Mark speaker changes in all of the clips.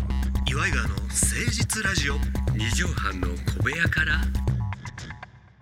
Speaker 1: イガーの誠実ラジオ
Speaker 2: 二畳半の小部屋から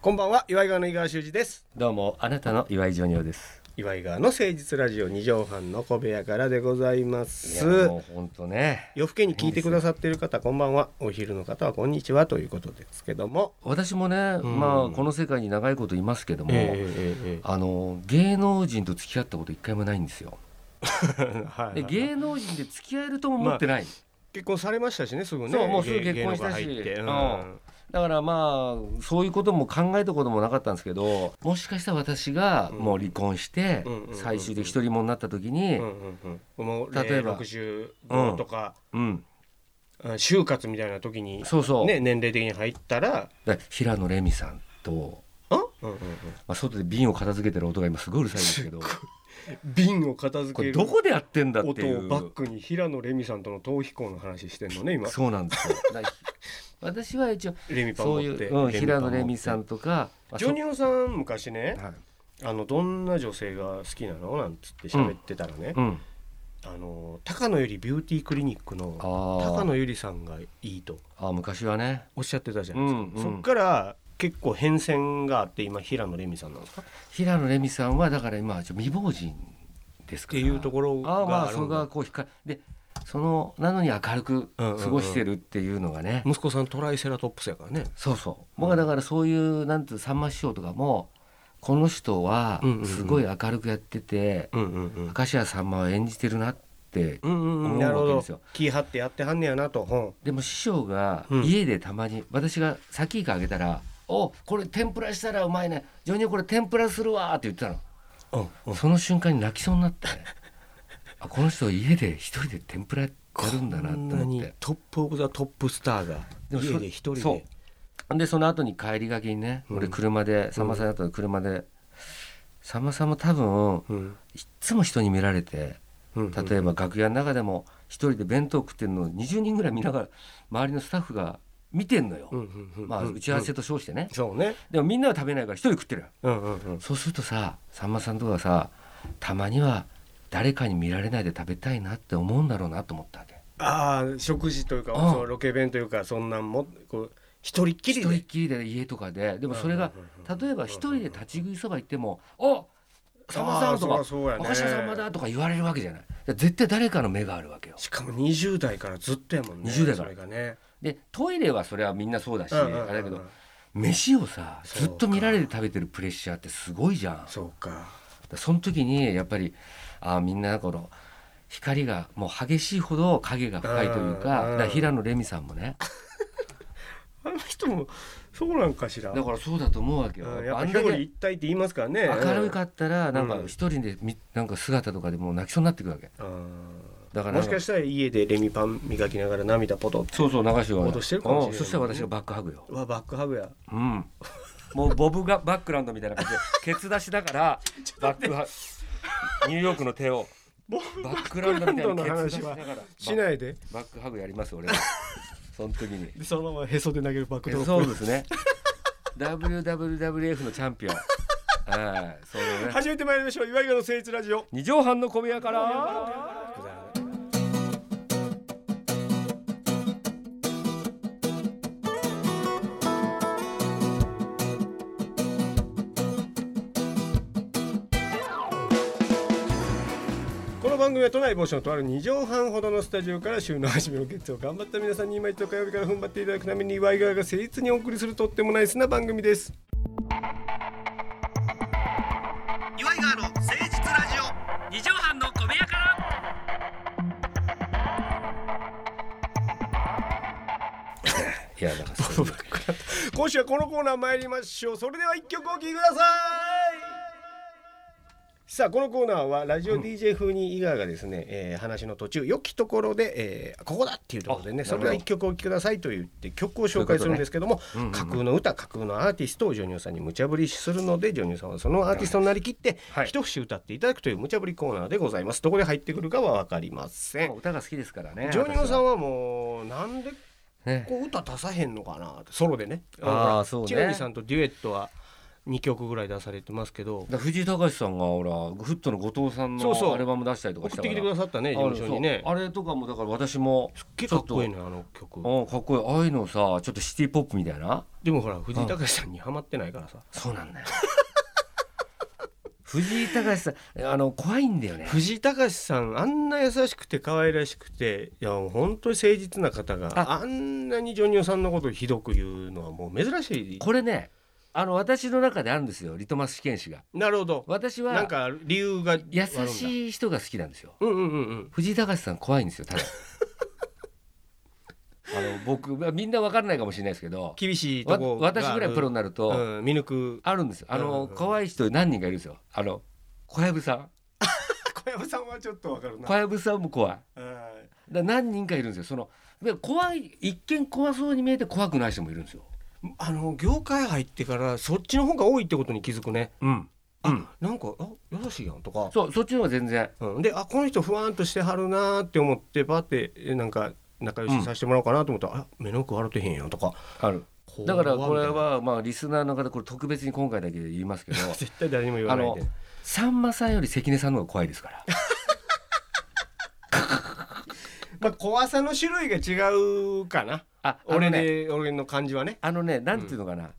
Speaker 1: こんばんは岩井川の井川修司です
Speaker 2: どうもあなたの岩井ジョニオです
Speaker 1: 岩井川の誠実ラジオ二畳半の小部屋からでございま
Speaker 2: い
Speaker 1: す
Speaker 2: やもう本当ね
Speaker 1: 夜更けに聞いてくださっている方こんばんはお昼の方はこんにちはということですけども、
Speaker 2: 私もね、
Speaker 1: ん
Speaker 2: まあこの世界に長いこといますけども、
Speaker 1: え
Speaker 2: あの芸能人と付き合ったこと一回もないんですよ
Speaker 1: えええ はい
Speaker 2: で芸能人で付き合えるとも思ってない、
Speaker 1: 結婚されましたしねすぐね
Speaker 2: そうもうすぐ結婚したし
Speaker 1: 芸芸能が入って、
Speaker 2: だからまあそういうことも考えたこともなかったんですけどもしかしたら私がもう離婚して
Speaker 1: うんうんうんうん
Speaker 2: 最終で一人者になった時に
Speaker 1: うんうんうんうんもう
Speaker 2: 例
Speaker 1: 例
Speaker 2: え
Speaker 1: え
Speaker 2: ば
Speaker 1: ば65とか、
Speaker 2: うん
Speaker 1: うん就活みたいな時に、
Speaker 2: そうそう、
Speaker 1: ね、年齢的に入ったら
Speaker 2: だから平野レミさんと、
Speaker 1: あ、うんう
Speaker 2: ま
Speaker 1: ん
Speaker 2: あ、外で瓶を片付けてる音が今すごいうるさいんですけど
Speaker 1: うん、瓶を片付
Speaker 2: こ
Speaker 1: け
Speaker 2: れ
Speaker 1: る
Speaker 2: どこでやってんだって
Speaker 1: 音
Speaker 2: い
Speaker 1: を
Speaker 2: う
Speaker 1: バックに平野レミさんとの逃避行の話してんのね今
Speaker 2: そうなんですよだから私は 一応
Speaker 1: レミパン
Speaker 2: そうい
Speaker 1: 持って
Speaker 2: う、うん、
Speaker 1: レミパ
Speaker 2: 平
Speaker 1: ン持
Speaker 2: 野
Speaker 1: って
Speaker 2: レミさんとか
Speaker 1: ジョニオさん昔ね
Speaker 2: はい
Speaker 1: あのどんな女性が好きなのなんつって喋ってたらね、
Speaker 2: うん、
Speaker 1: あの高野由里ビューティークリニックの
Speaker 2: あ
Speaker 1: 高
Speaker 2: ー
Speaker 1: 野由里さんがいいと
Speaker 2: あー昔はね
Speaker 1: おっしゃってたじゃないですか、
Speaker 2: うんうん
Speaker 1: そっから結構変遷があって今平野レミさんなんですかっ
Speaker 2: 平野レミさんはだから今ちょっと未亡人ですか
Speaker 1: て
Speaker 2: ら
Speaker 1: いうところ
Speaker 2: ああま
Speaker 1: が
Speaker 2: あ
Speaker 1: あ
Speaker 2: そ
Speaker 1: る
Speaker 2: れ
Speaker 1: んだ
Speaker 2: がこう光でそのなのに明るく
Speaker 1: うんう
Speaker 2: 過
Speaker 1: んうん
Speaker 2: ごしてるっていうのがね、
Speaker 1: 息子さんトライセラトップスやからね
Speaker 2: そうそう僕はだからそういうなんていうのさんま師匠とかもこの人は
Speaker 1: うんうんうん
Speaker 2: すごい明るくやってて、
Speaker 1: うんうんうん
Speaker 2: 明石家さんまを演じてるなって
Speaker 1: うんう
Speaker 2: 思
Speaker 1: んうん、
Speaker 2: う
Speaker 1: なるほ
Speaker 2: わけで
Speaker 1: ど
Speaker 2: すよ
Speaker 1: 気張ってやってはんねやなと本
Speaker 2: でも師匠が
Speaker 1: うん
Speaker 2: 家でたまに、私がさきいかあげたら「おこれ天ぷらしたらうまいねジョニーこれ天ぷらするわ」って言ってたの、
Speaker 1: うん
Speaker 2: その瞬間に泣きそうになって あこの人家で一人で天ぷらやるんだなと
Speaker 1: こんな
Speaker 2: 思っ
Speaker 1: に
Speaker 2: て
Speaker 1: トップオブザトップスターが
Speaker 2: もそ
Speaker 1: 家で一人で
Speaker 2: そうでその後に帰りがけにね、
Speaker 1: うん
Speaker 2: 俺車でさんまさんだったら車で、さんまさんも多分
Speaker 1: うん
Speaker 2: いっつも人に見られて
Speaker 1: うん
Speaker 2: 例えば楽屋の中でも一人で弁当食ってるのを20人ぐらい見ながら周りのスタッフが見てんのよ、
Speaker 1: うんうんうんうん
Speaker 2: まあ、打ち合わせと称してね、
Speaker 1: そうね
Speaker 2: でもみんなは食べないから一人食ってるよ
Speaker 1: うんうんうん
Speaker 2: そうするとささんまさんとかさたまには誰かに見られないで食べたいなって思うんだろうなと思ったわけ
Speaker 1: ああ食事というか
Speaker 2: うん
Speaker 1: そうロケ弁というかそんなんもこう一人っきり
Speaker 2: 一
Speaker 1: で
Speaker 2: 人っきりで家とかででもそれが
Speaker 1: うんうんうんうん
Speaker 2: 例えば一人で立ち食いそば行っても「おさんまさん」と
Speaker 1: あ
Speaker 2: か
Speaker 1: ーそりゃそうやね
Speaker 2: 若狭さんまだ」とか言われるわけじゃない絶対誰かの目があるわけよ
Speaker 1: しかも20代からずっとやもんね
Speaker 2: 20代から
Speaker 1: それがね
Speaker 2: でトイレはそれはみんなそうだし
Speaker 1: うん
Speaker 2: あ
Speaker 1: うんうんうん
Speaker 2: れだけど飯をさ
Speaker 1: そうか
Speaker 2: ずっと見られて食べてるプレッシャーってすごいじゃん
Speaker 1: そうか
Speaker 2: その時にやっぱりあーみんなこの光がもう激しいほど影が深いというか
Speaker 1: うん
Speaker 2: だから平野レミさんもね
Speaker 1: あの人もそうなんかしら
Speaker 2: だからそうだと思うわけよ
Speaker 1: うん
Speaker 2: やっ
Speaker 1: や
Speaker 2: ぱ
Speaker 1: っぱ
Speaker 2: あん
Speaker 1: 表
Speaker 2: だ
Speaker 1: 裏
Speaker 2: け
Speaker 1: 一体って言いますからね
Speaker 2: 明るかったらなんか
Speaker 1: うん
Speaker 2: 一人でみなんか姿とかでもう泣きそうになってくるわけ
Speaker 1: うん
Speaker 2: だから
Speaker 1: もしかしたら家でレミパン磨きながら涙ポトッ
Speaker 2: そうそう流してよ
Speaker 1: 戻してるかもしれない
Speaker 2: そしたら私がバックハグよ
Speaker 1: うわバックハグや
Speaker 2: うんもうボブがバックランドみたいな感じでケツ出しだからバックハグニューヨークの手を
Speaker 1: ボ
Speaker 2: バックランドみたいなケツ出しな
Speaker 1: バックランド
Speaker 2: が
Speaker 1: の話
Speaker 2: ら
Speaker 1: しないで
Speaker 2: バックハグやります俺はその時に
Speaker 1: でそのままへそで投げるバックドロップ
Speaker 2: そうですね WWWF のチャンピオンはいそうだ ね
Speaker 1: 初めて参りましょう岩井川の誠実ラジオ
Speaker 2: 二畳半の小部屋から
Speaker 1: この番組は都内某所のとある2畳半ほどのスタジオから週の初めの月曜頑張った皆さんに今一度火曜日から踏ん張っていただくために岩井川が誠実にお送りするとってもナイスな番組です
Speaker 2: 岩井川の誠実ラジオ二畳半の小部屋から いやだからそういう
Speaker 1: 今週はこのコーナー参りましょうそれでは一曲お聴きくださいさあこのコーナーはラジオ DJ 風に井川がですね、えー話の途中良きところで、えーここだっていうところでね
Speaker 2: あ
Speaker 1: それでは一曲お聴きくださいと言って曲を紹介するんですけど
Speaker 2: う
Speaker 1: も
Speaker 2: いうことねうんうんうん
Speaker 1: 架空の歌架空のアーティストをジョニオさんに無茶ぶりするのでジョニオさんはそのアーティストになりきって
Speaker 2: はい
Speaker 1: 一節歌っていただくという無茶ぶりコーナーでございますどこで入ってくるかは分かりません
Speaker 2: 歌が好きですからね
Speaker 1: ジョニオさん
Speaker 2: は
Speaker 1: はもうなんで
Speaker 2: ね
Speaker 1: こう歌出さへんのかなってソロでね
Speaker 2: あー
Speaker 1: ほら
Speaker 2: そうね
Speaker 1: チラミさんとデュエットは2曲ぐらい出されてますけど
Speaker 2: だから藤井隆さんがほらフットの後藤さん
Speaker 1: そうそう
Speaker 2: のアルバム出したりとかし
Speaker 1: 送ったて
Speaker 2: か
Speaker 1: き
Speaker 2: ら
Speaker 1: てくださったね事務所にね
Speaker 2: あれそうあれとかもだから私も
Speaker 1: すっげえかっこいいのよあの曲
Speaker 2: あかっこいいああいうのさちょっとシティポップみたいな
Speaker 1: でもほら藤井隆さんにハマってないからさ
Speaker 2: そうなんだよ 藤井隆さんあの怖いんだよね
Speaker 1: 藤井隆さんあんな優しくて可愛らしくていやもう本当に誠実な方があ
Speaker 2: あ
Speaker 1: んなにジョニオさんのことをひどく言うのはもう珍しい
Speaker 2: これねあの私の中であるんですよリトマス試験紙が
Speaker 1: なるほど
Speaker 2: 私
Speaker 1: なん
Speaker 2: は
Speaker 1: か理由が
Speaker 2: 優
Speaker 1: い
Speaker 2: しい人が好きなんですよ
Speaker 1: うんうんうんうん
Speaker 2: 藤井隆さん怖いんですよ ただあの僕まあみんな分からないかもしれないですけど
Speaker 1: 厳しいと
Speaker 2: わ
Speaker 1: こがある
Speaker 2: 私ぐらいプロになると、
Speaker 1: うん、見抜く
Speaker 2: あるんですよあの、
Speaker 1: うん
Speaker 2: 怖い人何人かいるんですよあの小籔さん
Speaker 1: 小籔さんはちょっとわかるな
Speaker 2: 小籔さんも怖い
Speaker 1: うん
Speaker 2: だ何人かいるんですよそので怖い一見怖そうに見えて怖くない人もいるんですよ
Speaker 1: あの業界入ってからそっちの方が多いってことに気づくね
Speaker 2: うん、うん、
Speaker 1: なんかあ優しいやんとか
Speaker 2: そうそっちの方が全然
Speaker 1: うん、であこの人不安としてはるなーって思ってパってえなんか仲良しさせてもらおうかなと思ったら、あ目の奥笑ってへんやんとか
Speaker 2: あるだからこれはまあリスナーの方これ特別に今回だけで言います けど
Speaker 1: 絶対誰にも言わないで
Speaker 2: あのさんまさんより関根さんの方が怖いですから
Speaker 1: まあ、怖さの種類が違うかな
Speaker 2: ああ
Speaker 1: 俺
Speaker 2: の
Speaker 1: で、
Speaker 2: ね
Speaker 1: 俺の感じはね
Speaker 2: あのねなんていうのかな、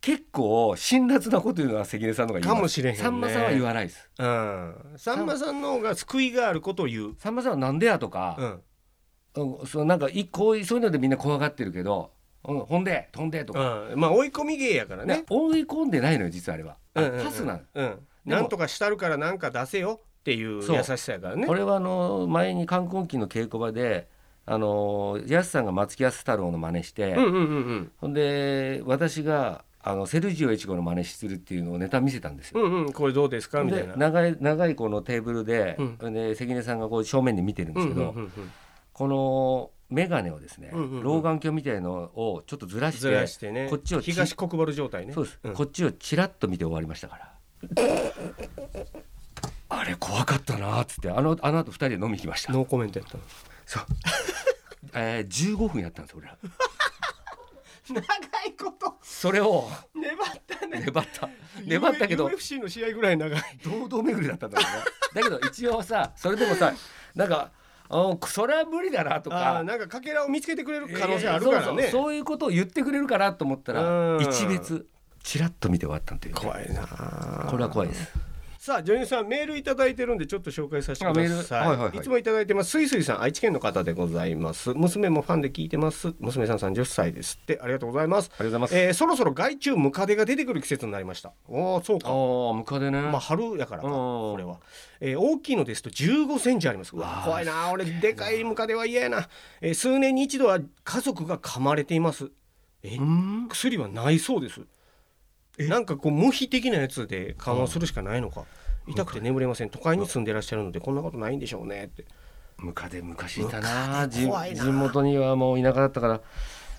Speaker 2: 結構辛辣なこと言うのは関根さんの方が言います
Speaker 1: かもしれへんね
Speaker 2: さんまさんは言わないです
Speaker 1: うんさんまさんの方が救いがあることを言う、
Speaker 2: さんまさんはなんでやとか、
Speaker 1: うん
Speaker 2: うん、そうなんかいこういうそういうのでみんな怖がってるけど、うん、ほんで飛んでと
Speaker 1: う
Speaker 2: か、
Speaker 1: ん、まあ追い込み芸やからね
Speaker 2: ね、追い込んでないのよ実はあれは、あ
Speaker 1: うんうんうん
Speaker 2: パスなの、で
Speaker 1: うん、
Speaker 2: も
Speaker 1: なんとかしたるからなんか出せよっていう
Speaker 2: そう
Speaker 1: 優しさやからね
Speaker 2: これはあの前に冠婚期の稽古場であのやすさんが松木安太郎の真似して、
Speaker 1: うんうんうんうん
Speaker 2: ほんで私があのセルジオ越後の真似するっていうのをネタ見せたんですよ。
Speaker 1: うんうんこれどうですかみたい
Speaker 2: で
Speaker 1: な
Speaker 2: 長い長いこのテーブルで,、
Speaker 1: う
Speaker 2: で関根さんがこう正面で見てるんですけど、
Speaker 1: うんうんうん
Speaker 2: この眼鏡をですね、
Speaker 1: うんうんうん
Speaker 2: 老眼鏡みたいのをちょっとずらして
Speaker 1: ずらしてね
Speaker 2: こっちをち
Speaker 1: 東国原状態ね
Speaker 2: そうです、
Speaker 1: ん
Speaker 2: こっちをチラッと見て終わりましたから。 あれ怖かったなーっつってあのあの後二人で飲みに行きました。
Speaker 1: ノーコメントやったの
Speaker 2: えー、15分やったんです俺ら。
Speaker 1: 長いこと
Speaker 2: それを
Speaker 1: 粘ったね
Speaker 2: 粘った粘ったけど
Speaker 1: UFC の試合ぐらい長い
Speaker 2: 堂々巡りだったんだろうね。だけど一応さそれでもさなんかうんそれは無理だなと
Speaker 1: あー
Speaker 2: か。
Speaker 1: なんかかけらを見つけてくれる可能性あるから
Speaker 2: いやいやそうそう
Speaker 1: ね
Speaker 2: そういうことを言ってくれるかなと思った
Speaker 1: う
Speaker 2: ら
Speaker 1: ん
Speaker 2: 一別チラッと見て終わったっていうね、
Speaker 1: 怖いな
Speaker 2: これは怖いです。
Speaker 1: さあ女優さんメールいただいてるんでちょっと紹介させてく
Speaker 2: あメ
Speaker 1: だ
Speaker 2: ール
Speaker 1: さ
Speaker 2: はい
Speaker 1: い、
Speaker 2: いはいはい
Speaker 1: つもいただいてますすいすいさん愛知県の方でございます娘もファンで聞いてます娘さん30歳ですってありがとうございます
Speaker 2: ありがとうございます。
Speaker 1: えーそろそろ害虫ムカデが出てくる季節になりましたおおそうか
Speaker 2: ああムカデね。
Speaker 1: まあ春やからか
Speaker 2: うん
Speaker 1: これは、えー大きいのですと15センチありますうわ
Speaker 2: わあ
Speaker 1: 怖いな俺でかいムカデは嫌やな、えー数年に一度は家族が噛まれていますえ
Speaker 2: うん
Speaker 1: 薬はないそうですなんかこう無比的なやつで緩和するしかないのか、痛くて眠れません都会に住んでらっしゃるのでこんなことないんでしょうねって
Speaker 2: ムカデ昔いたなじ
Speaker 1: 怖いな
Speaker 2: 地元にはもう田舎だったから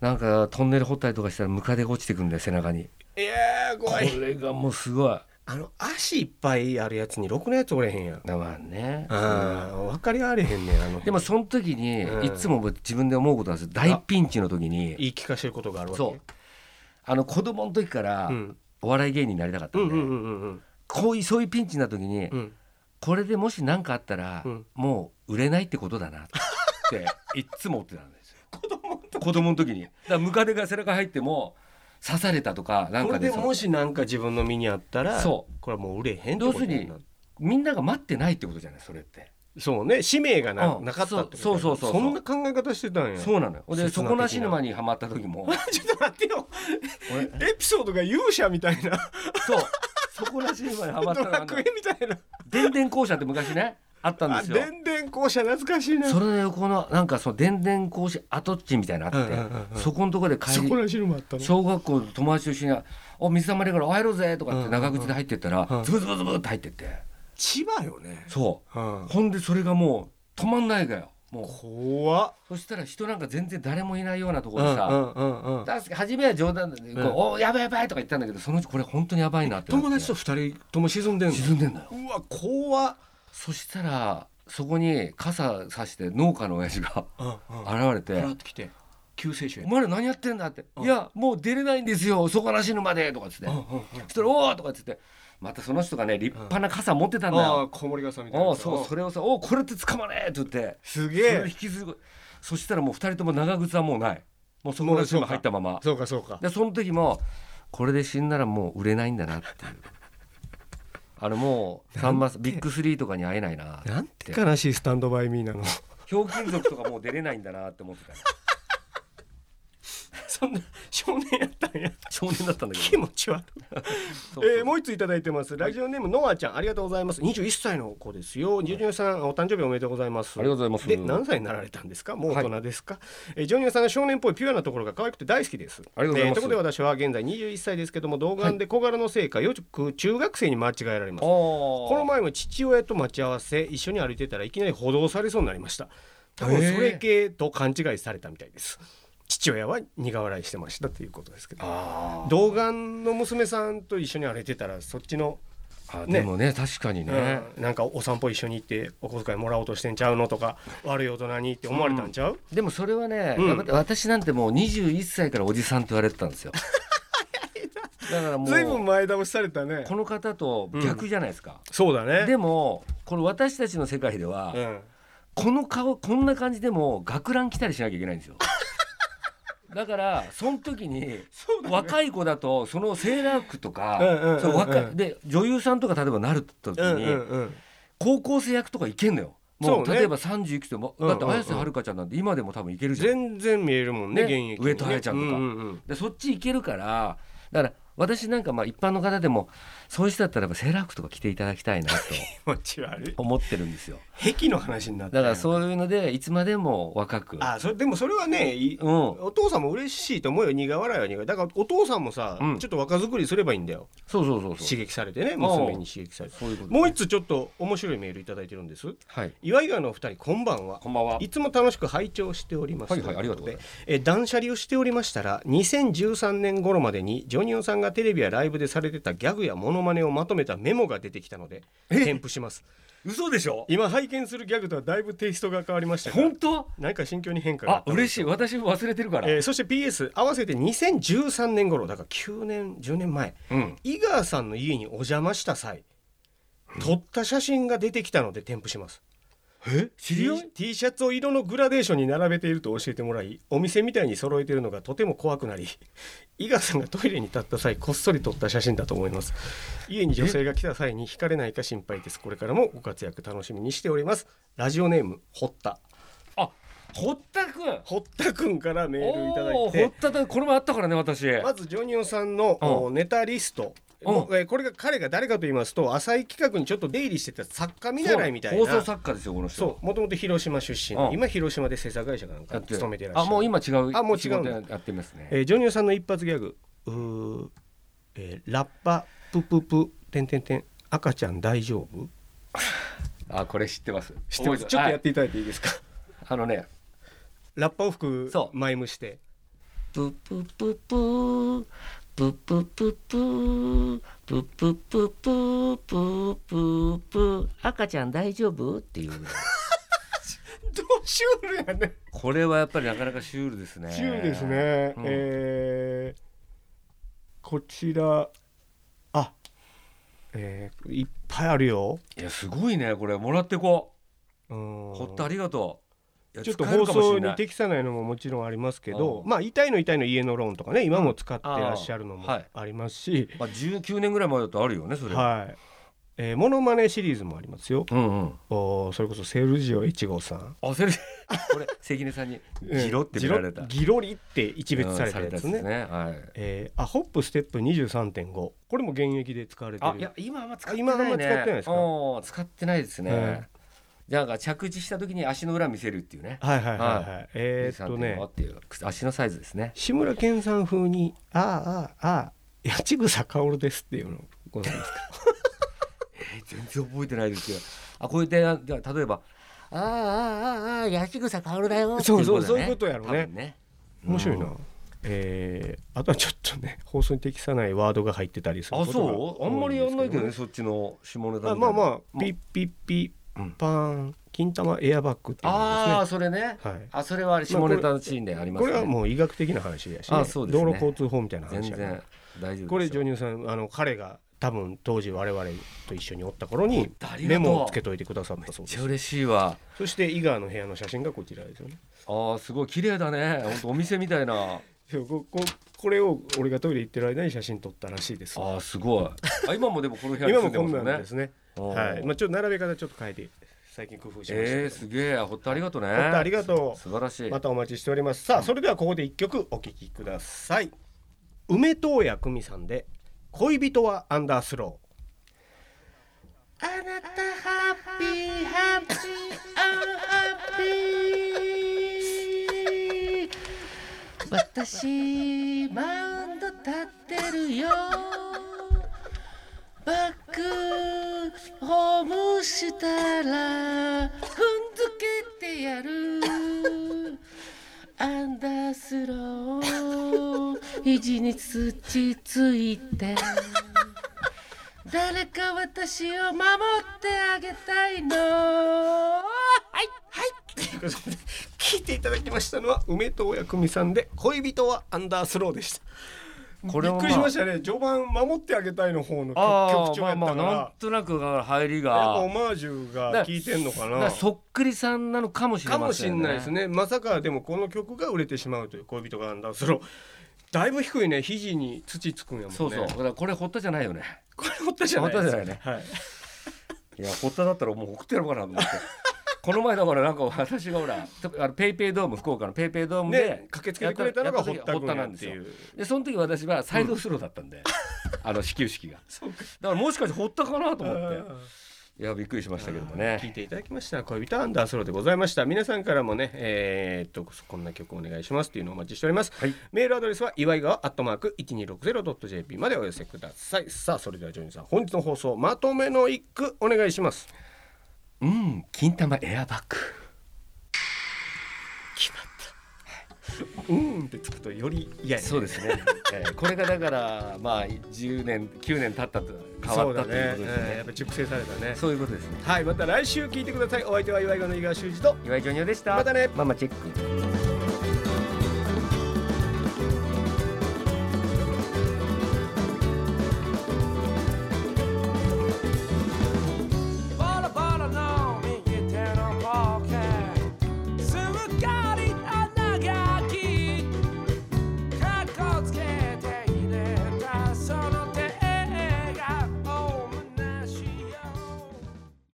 Speaker 2: なんかトンネル掘ったりとかしたらムカデが落ちてくんだよ背中に
Speaker 1: いやー
Speaker 2: こ
Speaker 1: 怖い
Speaker 2: れがもうすごい
Speaker 1: あの足いっぱいあるやつにろくなやつおれへんやん
Speaker 2: だからね
Speaker 1: あー分かりあれへんねんあの
Speaker 2: でもその時に
Speaker 1: うん
Speaker 2: いつも自分で思うことなんですよ大ピンチの時に
Speaker 1: 言い聞かせることがあるわけ
Speaker 2: そうあの子供の時から
Speaker 1: うん
Speaker 2: お笑い芸人になりたかった
Speaker 1: うんん
Speaker 2: で、
Speaker 1: うんうんうんうん
Speaker 2: こういうそういうピンチな時に、
Speaker 1: うん
Speaker 2: これでもし何かあったら、
Speaker 1: うん
Speaker 2: もう売れないってことだなっていっつも思ってたん ですよ子供の時にだからムカデが背中入っても刺されたとかなん
Speaker 1: こ
Speaker 2: か
Speaker 1: れ
Speaker 2: で
Speaker 1: で
Speaker 2: その
Speaker 1: もし何か自分の身にあったら
Speaker 2: そ
Speaker 1: これはもう売れへんって
Speaker 2: 要
Speaker 1: こと
Speaker 2: するに
Speaker 1: なる
Speaker 2: みんなが待ってないってことじゃないそれって、
Speaker 1: そうね使命がな
Speaker 2: うん
Speaker 1: なかったってこと
Speaker 2: そうそうそうそう
Speaker 1: そんな考え方してたんや
Speaker 2: そう なのよで
Speaker 1: 刹那的な
Speaker 2: 底なし沼にはまった時 も
Speaker 1: ちょっと待ってよ
Speaker 2: 俺
Speaker 1: エピソードが勇者みたいな
Speaker 2: そう底なし沼にはまった
Speaker 1: ド
Speaker 2: のがあ
Speaker 1: ラ
Speaker 2: の
Speaker 1: クエみたいな
Speaker 2: 電電校舎って昔ねあったん
Speaker 1: あ
Speaker 2: ですよ
Speaker 1: 電電校舎懐かしいな
Speaker 2: それの横のなんかその電電校舎跡地みたいなのあって、
Speaker 1: うんうんうんうん
Speaker 2: そこのとこで帰
Speaker 1: そ
Speaker 2: り
Speaker 1: こらしいのもあったの
Speaker 2: 小学校の友達と一緒に「お水たまりからおはようぜ」とかって長口で入ってったら
Speaker 1: うん
Speaker 2: ズブズブズブって入ってって
Speaker 1: 千葉よね
Speaker 2: そ
Speaker 1: うん
Speaker 2: うほんでそれがもう止まんないがよもう
Speaker 1: 怖っ
Speaker 2: そしたら人なんか全然誰もいないようなとこ
Speaker 1: う
Speaker 2: ろ
Speaker 1: んう
Speaker 2: でさ
Speaker 1: んうんうん
Speaker 2: 確か初めは冗談で、こうおやばいやばいとか言ったんだけどそのうちこれ本当にやばいなってなって
Speaker 1: 友達と二人とも沈んでんの
Speaker 2: 沈んでんだよ
Speaker 1: うわ怖っ
Speaker 2: そしたらそこに傘さして農家の親父が
Speaker 1: うんうん
Speaker 2: 現れて
Speaker 1: 払ってきて
Speaker 3: 救世主
Speaker 2: お前ら何やってんだって「
Speaker 3: ん
Speaker 2: いやもう出れないんですよそこらしいのまで」とかっつって
Speaker 3: うんうん
Speaker 2: そしたら「おお!」とかっつってまたその人がね立派な傘持ってたんだ
Speaker 1: ああ
Speaker 2: よ。
Speaker 1: 小森川さんみたいな
Speaker 2: お
Speaker 1: や
Speaker 2: う
Speaker 1: つ
Speaker 2: そうそれをさ「おうこれって捕まれ!」って言って
Speaker 1: す
Speaker 2: そ
Speaker 1: げ
Speaker 2: れを
Speaker 1: え
Speaker 2: 引きずるそしたらもう2人とも長靴はもうないもうそこらしいの入ったまま
Speaker 1: そうかそうか
Speaker 2: でその時もこれで死んだらもう売れないんだなっていうあれもうさんまさんビッグスリーとかに会えないな
Speaker 1: なんて悲しいスタンドバイミーなの
Speaker 2: ひょうきん族とかもう出れないんだなって思ってた
Speaker 3: そんな少年やったんや
Speaker 2: 少年だったんだけど
Speaker 3: 気持ち悪い
Speaker 2: そうそう
Speaker 1: えー、もう一ついただいてますラジオネームノアちゃんありがとうございます21歳の子ですよジョニオさんお誕生日おめでとうございます
Speaker 2: ありがとうございます
Speaker 1: で何歳になられたんですかもう大人ですか、えージョニオさんが少年っぽいピュアなところが可愛くて大好きです
Speaker 2: ありがとうございます
Speaker 1: えーところで私は現在21歳ですけども童顔で小柄のせいかよく中学生に間違えられます
Speaker 2: おー
Speaker 1: この前も父親と待ち合わせ一緒に歩いてたらいきなり歩道されそうになりました多分それ系と勘違いされたみたいです父親は苦笑いしてましたということですけど
Speaker 2: あ
Speaker 1: 童顔の娘さんと一緒に歩いてたらそっちの、
Speaker 2: ーあで
Speaker 1: ね
Speaker 2: もね確かにね、
Speaker 1: うんなんかお散歩一緒に行ってお小遣いもらおうとしてんちゃうのとか悪い大人にって思われたんちゃう、
Speaker 2: でもそれはね、
Speaker 1: うん
Speaker 2: わかって私なんてもう21歳からおじさんって言われてたん ですよだからも
Speaker 1: ずいぶん
Speaker 2: う
Speaker 1: 前倒しされたね
Speaker 2: この方と逆じゃないですか、
Speaker 1: そうだね
Speaker 2: でもこの私たちの世界では、
Speaker 1: うん、
Speaker 2: この顔こんな感じでも学ラン来たりしなきゃいけないんですよ だからその時に
Speaker 1: そうだね
Speaker 2: 若い子だとそのセーラー服と
Speaker 1: うんうんう
Speaker 2: か
Speaker 1: んうん
Speaker 2: そう若いで女優さんとか例えばなるって時
Speaker 1: うんう
Speaker 2: に
Speaker 1: んうん
Speaker 2: 高校生役とかいけんのよもう
Speaker 1: そうね
Speaker 2: 例えば30いくつでも
Speaker 1: うん
Speaker 2: だって
Speaker 1: うんうん
Speaker 2: 綾瀬はるかちゃんなんて今でも多分いけるじゃん
Speaker 1: 全然見えるもんね
Speaker 2: ね
Speaker 1: 現役
Speaker 2: 上戸彩ちゃんとか
Speaker 1: ううんうん
Speaker 2: でそっち行けるからだから私なんかまあ一般の方でもそういう人だったらやっぱセーラー服とか着ていただきたいな と
Speaker 1: 気持ち悪い
Speaker 2: 思ってるんですよ
Speaker 1: 癖の話になった
Speaker 2: だ
Speaker 1: よ
Speaker 2: からそういうのでいつまでも若く
Speaker 1: あそれでもそれはねい
Speaker 2: うん
Speaker 1: お父さんも嬉しいと思うよ苦笑いは苦いだからお父さんもさ、
Speaker 2: うん
Speaker 1: ちょっと若作りすればいいんだよ
Speaker 2: そうそうそうそ
Speaker 1: 刺
Speaker 2: う
Speaker 1: 激されてね娘に刺激されて
Speaker 2: そういうこと
Speaker 1: もう一つちょっと面白いメールいただいてるんです
Speaker 2: はい
Speaker 1: 岩井川のお二人こんばんは
Speaker 2: こんばんはい
Speaker 1: つも楽しく拝聴しております
Speaker 2: はいはいありがとうございま
Speaker 1: え断捨離をしておりましたら2013年頃までにジョニオさんがテレビやライブでされてたギャグやモノマネをまとめたメモが出てきたので添付します
Speaker 2: 嘘でしょ
Speaker 1: 今拝見するギャグとはだいぶテイストが変わりましたが
Speaker 2: 本当
Speaker 1: 何か心境に変化があ
Speaker 2: あ
Speaker 1: ったので
Speaker 2: 嬉
Speaker 1: しょうか
Speaker 2: しい私も忘れてるから、
Speaker 1: えーそして PS 合わせて2013年頃だから9年10年前
Speaker 2: うん
Speaker 1: 井川さんの家にお邪魔した際撮った写真が出てきたので添付します
Speaker 2: え知り合
Speaker 1: T, T シャツを色のグラデーションに並べていると教えてもらいお店みたいに揃えているのがとても怖くなり 井川さんがトイレに立った際こっそり撮った写真だと思います家に女性が来た際に惹かれないか心配ですこれからもご活躍楽しみにしておりますラジオネーム堀田
Speaker 2: あ堀田君
Speaker 1: 堀田くんからメールいただ
Speaker 2: お
Speaker 1: い
Speaker 2: ー
Speaker 1: て
Speaker 2: 堀田君これもあったからね私、
Speaker 1: まずジョニオさんの
Speaker 2: うん
Speaker 1: おネタリスト
Speaker 2: うん
Speaker 1: もうえーこれが彼が誰かと言いますと浅い企画にちょっと出入りしてた作家見習いみたい
Speaker 2: そう放
Speaker 1: な
Speaker 2: 送作家ですよこの人
Speaker 1: そうもともと広島出身
Speaker 2: うん
Speaker 1: 今広島で制作会社かなん
Speaker 2: や
Speaker 1: か
Speaker 2: ってる
Speaker 1: 勤めてらっしゃる
Speaker 2: あもう今違う
Speaker 1: あもう違う
Speaker 2: 仕事やってますね
Speaker 1: えージョニオさんの一発ギャグうー、えーラッパプププてんてんてん赤ちゃん大丈夫
Speaker 2: あこれ知ってます
Speaker 1: 知ってます
Speaker 2: 覚え
Speaker 1: ちょっとやっ
Speaker 2: はい
Speaker 1: ていただいていいですか
Speaker 2: あのね
Speaker 1: ラッパを吹く
Speaker 2: そう
Speaker 1: マイムして
Speaker 2: ププププーププププーププププープププ赤ちゃん大丈夫っていう
Speaker 1: どうシュールやね
Speaker 2: これはやっぱりなかなかシュールですね
Speaker 1: 中ですね、
Speaker 2: うん
Speaker 1: えーこちらあえーいっぱいあるよ、
Speaker 2: いやすごいねこれもらってこ
Speaker 1: うん
Speaker 2: う堀田ありがとういや
Speaker 1: ちょっと
Speaker 2: 使える
Speaker 1: 放
Speaker 2: かもし
Speaker 1: 送
Speaker 2: れな
Speaker 1: に
Speaker 2: い
Speaker 1: 適さないのももちろんありますけど
Speaker 2: うん
Speaker 1: まあ痛いの痛いの家のローンとかね今も使ってらっしゃるの
Speaker 2: う
Speaker 1: も
Speaker 2: んはい
Speaker 1: ありますし、
Speaker 2: まあ19年ぐらい前だとあるよねそれは
Speaker 1: はいえー、モノマネシリーズもありますよ
Speaker 2: うんうん
Speaker 1: おーそれこそセルジオ越後さん
Speaker 2: 焦る これ関根さんに
Speaker 1: うん
Speaker 2: ギロって見られた
Speaker 1: ギロギロリって一別されたやつ
Speaker 2: うん
Speaker 1: ね,、
Speaker 2: されたやつね
Speaker 1: えーあホップステップ23.5これも現役で使われて
Speaker 2: はい
Speaker 1: る
Speaker 2: あいや今あんま使っ
Speaker 1: あ
Speaker 2: て
Speaker 1: 今
Speaker 2: な
Speaker 1: あんま
Speaker 2: いね
Speaker 1: 使ってないですか
Speaker 2: おー使ってないですね、
Speaker 1: うん
Speaker 2: じゃあなんか着地した時に足の裏見せるっていうね
Speaker 1: はいはいはいはい、
Speaker 2: は
Speaker 1: えーっとね
Speaker 2: 23.5っていう足のサイズですね
Speaker 1: 志村けんさん風に「ああああああ八草薫です」っていうのございますか
Speaker 2: えー全然覚えてないですよあこうやってあじゃあ例えばあーあーあーあー焼き草変わるだよってい
Speaker 1: そうそう
Speaker 2: だね
Speaker 1: そういうことやろね
Speaker 2: 多分ね
Speaker 1: 面白いな、
Speaker 2: うん
Speaker 1: えーあとはちょっとね放送に適さないワードが入ってたりする
Speaker 2: あ
Speaker 1: ことが
Speaker 2: そうあんまりやんないけどね
Speaker 1: 多です
Speaker 2: そっちの下ネタみたい
Speaker 1: けどね
Speaker 2: な
Speaker 1: あまあまあ
Speaker 2: ま
Speaker 1: ピッピッピ
Speaker 3: うん
Speaker 1: パーン金玉エアバッグっていうん
Speaker 2: ああ
Speaker 1: で
Speaker 2: それね
Speaker 1: すね。はい。
Speaker 2: あそれはあれ下ネタのシーンでありま
Speaker 1: こ
Speaker 2: す
Speaker 1: れ
Speaker 2: ね
Speaker 1: はもう医学的な話やし、ね
Speaker 2: あそうですね
Speaker 1: 道路交通法みたいな
Speaker 2: 全
Speaker 1: 話やから
Speaker 2: 然大丈夫
Speaker 1: これジョ
Speaker 2: ニ
Speaker 1: ニーさんあの彼が多分当時我々と一緒におった頃に
Speaker 2: ありがとう
Speaker 1: メモをつけといてくださったそう
Speaker 2: めっ
Speaker 1: で
Speaker 2: ちゃ
Speaker 1: す
Speaker 2: 嬉しいわ
Speaker 1: そして伊賀の部屋の写真がこちらですよね
Speaker 2: あーすごい綺麗だね本当お店みたいな
Speaker 1: そうこここれを俺がトイレ行ってる間に写真撮ったらしいです
Speaker 2: あーす ごいあ今もでもこの部屋に
Speaker 1: 今
Speaker 2: 住
Speaker 1: も
Speaker 2: んでますよ
Speaker 1: こんなん
Speaker 2: ね
Speaker 1: ですね
Speaker 2: あ
Speaker 1: は
Speaker 2: ー
Speaker 1: い、まあ、ちょっと並べ方ちょっと変えて最近工夫しましたけど、
Speaker 2: えー、すげえほったありがとうね
Speaker 1: ほったありがとう
Speaker 2: 素晴らしい、
Speaker 1: またお待ちしておりますさあそれではここで一曲お聴きください梅東谷久美さんで恋人はアンダースロ
Speaker 2: あ
Speaker 1: ー
Speaker 2: なたハッピーハッピーアンハッピー私マウンド立ってるよバックホームしたら踏んづけてやるアンダースロー肘に土ついて誰か私を守ってあげたいのはい
Speaker 1: 聞いていただきましたのは梅東谷久美さんで恋人はアンダースローでした
Speaker 2: これ
Speaker 1: びっ
Speaker 2: も
Speaker 1: くりしましたね序盤守ってあげたいの方の曲
Speaker 2: あ
Speaker 1: 曲
Speaker 2: あ
Speaker 1: 調
Speaker 2: ま
Speaker 1: や
Speaker 2: あ
Speaker 1: った
Speaker 2: ま
Speaker 1: か
Speaker 2: あ
Speaker 1: ら、
Speaker 2: なんとなく入り
Speaker 1: やっぱ
Speaker 2: が
Speaker 1: オマージュが効いてんのか
Speaker 2: だ
Speaker 1: な
Speaker 2: からそっくりさんなのかもしれ
Speaker 1: か
Speaker 2: ま
Speaker 1: もし
Speaker 2: せ
Speaker 1: れ
Speaker 2: んね
Speaker 1: ないですねまさかでもこの曲が売れてしまうという恋人がアンダースローだいぶ低いね肘に土つくんやもんね
Speaker 2: そうそうだからこれ堀田じゃないよね
Speaker 1: これほったじゃないで
Speaker 2: ほ
Speaker 1: す
Speaker 2: ったじゃないね
Speaker 1: はい
Speaker 2: いや堀田だったらもう送ってやろうかなと思って この前だからなんか私がほらあのペイペイドーム福岡のペイペイドームで、
Speaker 1: ね、駆けつけてくれたのが堀田君やっていう。
Speaker 2: でその時私はサイドスローだったんで、あの始球式 が
Speaker 1: そうか
Speaker 2: だからもしかして堀田かなと
Speaker 1: と
Speaker 2: 思
Speaker 1: 思
Speaker 2: っ
Speaker 1: って
Speaker 2: いやびっくりしましたけどもね
Speaker 1: 聞いていただきました恋人アンダースローでございました皆さんからもねえーっとこんな曲お願いしますっていうのをお待ちしております、
Speaker 2: はい
Speaker 1: メールアドレスは祝いがアットマーク 1260.jp までお寄せくださいさあそれではジョニーさん本日の放送まとめの一句お願いします
Speaker 2: うん金玉エアバッグ
Speaker 1: 決まったうーんってつくとより嫌やね
Speaker 2: そうですね、えーこれがだからまあ10年9年経ったと変
Speaker 1: そ
Speaker 2: わ
Speaker 1: う
Speaker 2: った
Speaker 1: だ
Speaker 2: という
Speaker 1: ね
Speaker 2: ことです
Speaker 1: うんや
Speaker 2: ね
Speaker 1: っぱ熟成されたね
Speaker 2: そういうことですね
Speaker 1: はいまた来週聞いてくださいお相手は祝いがの井川修司と
Speaker 2: 岩井ジョニオでした
Speaker 1: またね
Speaker 2: ママチェック